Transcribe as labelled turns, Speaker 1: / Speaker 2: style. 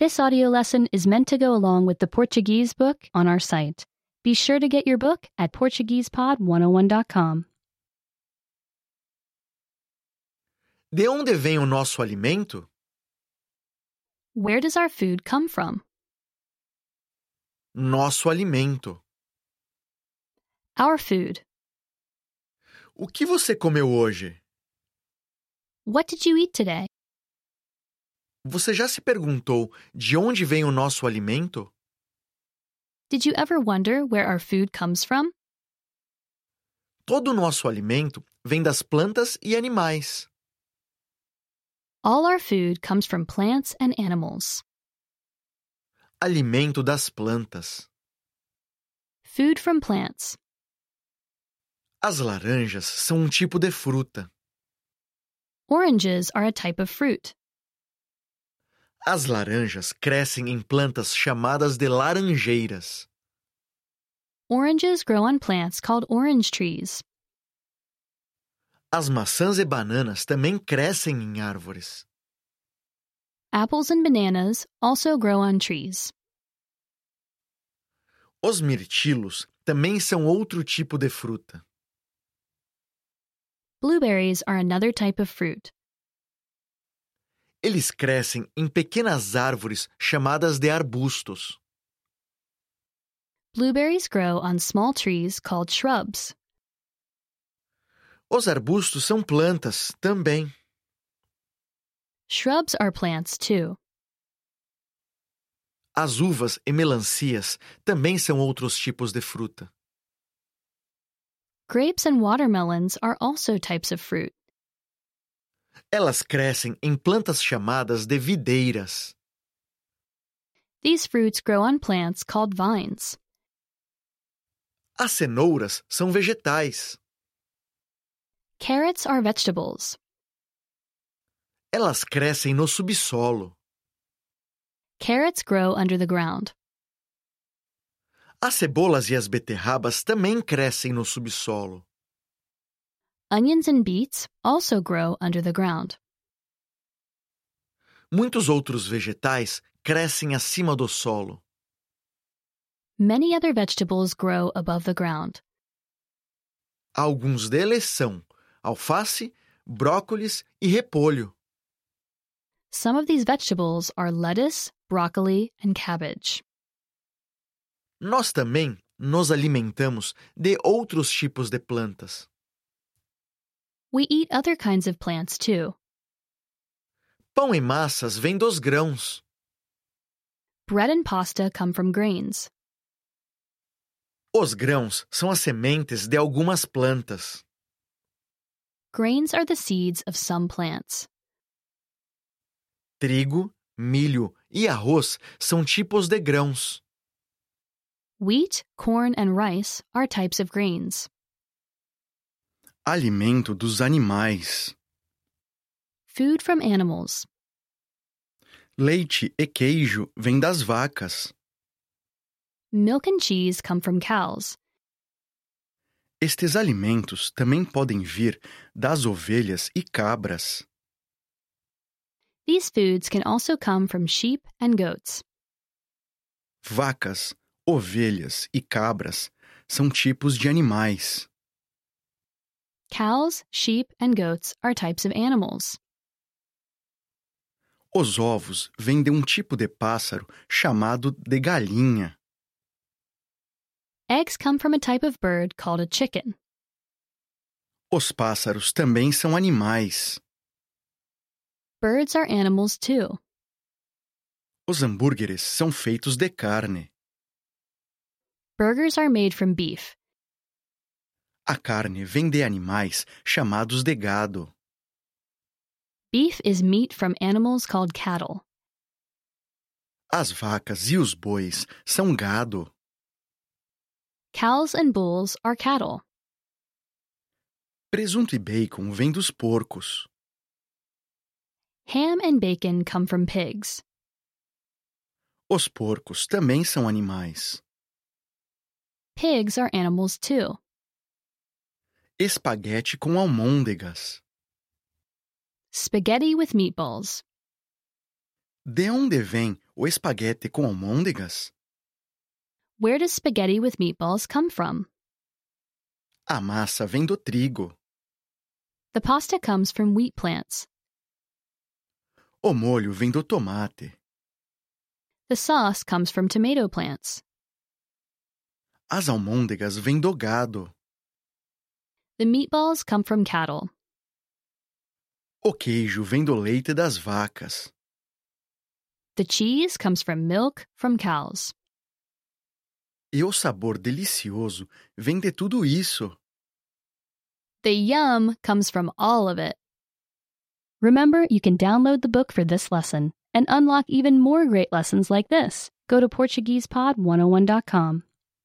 Speaker 1: This audio lesson is meant to go along with the Portuguese book on our site. Be sure to get your book at PortuguesePod101.com.
Speaker 2: De onde vem o nosso alimento?
Speaker 1: Where does our food come from?
Speaker 2: Nosso alimento.
Speaker 1: Our food.
Speaker 2: O que você comeu hoje?
Speaker 1: What did you eat today?
Speaker 2: Você já se perguntou de onde vem o nosso alimento?
Speaker 1: Did you ever wonder where our food comes from?
Speaker 2: Todo o nosso alimento vem das plantas e animais.
Speaker 1: All our food comes from plants and animals.
Speaker 2: Alimento das plantas.
Speaker 1: Food from plants.
Speaker 2: As laranjas são um tipo de fruta.
Speaker 1: Oranges are a type of fruit.
Speaker 2: As laranjas crescem em plantas chamadas de laranjeiras.
Speaker 1: Oranges grow on plants called orange trees.
Speaker 2: As maçãs e bananas também crescem em árvores.
Speaker 1: Apples and bananas also grow on trees.
Speaker 2: Os mirtilos também são outro tipo de fruta.
Speaker 1: Blueberries are another type of fruit.
Speaker 2: Eles crescem em pequenas árvores chamadas de arbustos.
Speaker 1: Blueberries grow on small trees called shrubs.
Speaker 2: Os arbustos são plantas também.
Speaker 1: Shrubs are plants too.
Speaker 2: As uvas e melancias também são outros tipos de fruta.
Speaker 1: Grapes and watermelons are also types of fruit.
Speaker 2: Elas crescem em plantas chamadas de videiras.
Speaker 1: These fruits grow on plants called vines.
Speaker 2: As cenouras são vegetais.
Speaker 1: Carrots are vegetables.
Speaker 2: Elas crescem no subsolo.
Speaker 1: Carrots grow under the ground.
Speaker 2: As cebolas e as beterrabas também crescem no subsolo.
Speaker 1: Onions and beets also grow under the ground.
Speaker 2: Muitos outros vegetais crescem acima do solo.
Speaker 1: Many other vegetables grow above the ground.
Speaker 2: Alguns deles são alface, brócolis e repolho.
Speaker 1: Some of these vegetables are lettuce, broccoli, and cabbage.
Speaker 2: Nós também nos alimentamos de outros tipos de plantas.
Speaker 1: We eat other kinds of plants too.
Speaker 2: Pão e massas vêm dos grãos.
Speaker 1: Bread and pasta come from grains.
Speaker 2: Os grãos são as sementes de algumas plantas.
Speaker 1: Grains are the seeds of some plants.
Speaker 2: Trigo, milho e arroz são tipos de grãos.
Speaker 1: Wheat, corn, and rice are types of grains.
Speaker 2: Alimento dos animais.
Speaker 1: Food from animals.
Speaker 2: Leite e queijo vêm das vacas.
Speaker 1: Milk and cheese come from cows.
Speaker 2: Estes alimentos também podem vir das ovelhas e cabras.
Speaker 1: These foods can also come from sheep and goats.
Speaker 2: Vacas, ovelhas e cabras são tipos de animais.
Speaker 1: Cows, sheep, and goats are types of animals.
Speaker 2: Os ovos vêm de um tipo de pássaro chamado de galinha.
Speaker 1: Eggs come from a type of bird called a chicken.
Speaker 2: Os pássaros também são animais.
Speaker 1: Birds are animals too.
Speaker 2: Os hambúrgueres são feitos de carne.
Speaker 1: Burgers are made from beef.
Speaker 2: A carne vem de animais chamados de gado.
Speaker 1: Beef is meat from animals called cattle.
Speaker 2: As vacas e os bois são gado.
Speaker 1: Cows and bulls are cattle.
Speaker 2: Presunto e bacon vêm dos porcos.
Speaker 1: Ham and bacon come from pigs.
Speaker 2: Os porcos também são animais.
Speaker 1: Pigs are animals too.
Speaker 2: Espaguete com almôndegas.
Speaker 1: Spaghetti with meatballs.
Speaker 2: De onde vem O espaguete com almôndegas?
Speaker 1: Where does spaghetti with meatballs come from?
Speaker 2: A massa vem do trigo.
Speaker 1: The pasta comes from wheat plants.
Speaker 2: O molho vem do tomate.
Speaker 1: The sauce comes from tomato plants.
Speaker 2: As almôndegas vêm do gado.
Speaker 1: The meatballs come from cattle.
Speaker 2: O queijo vem do leite das vacas.
Speaker 1: The cheese comes from milk from cows.
Speaker 2: E o sabor delicioso vem de tudo isso.
Speaker 1: The yum comes from all of it. Remember, you can download the book for this oh lesson and unlock even more great lessons like this. Go to PortuguesePod101.com.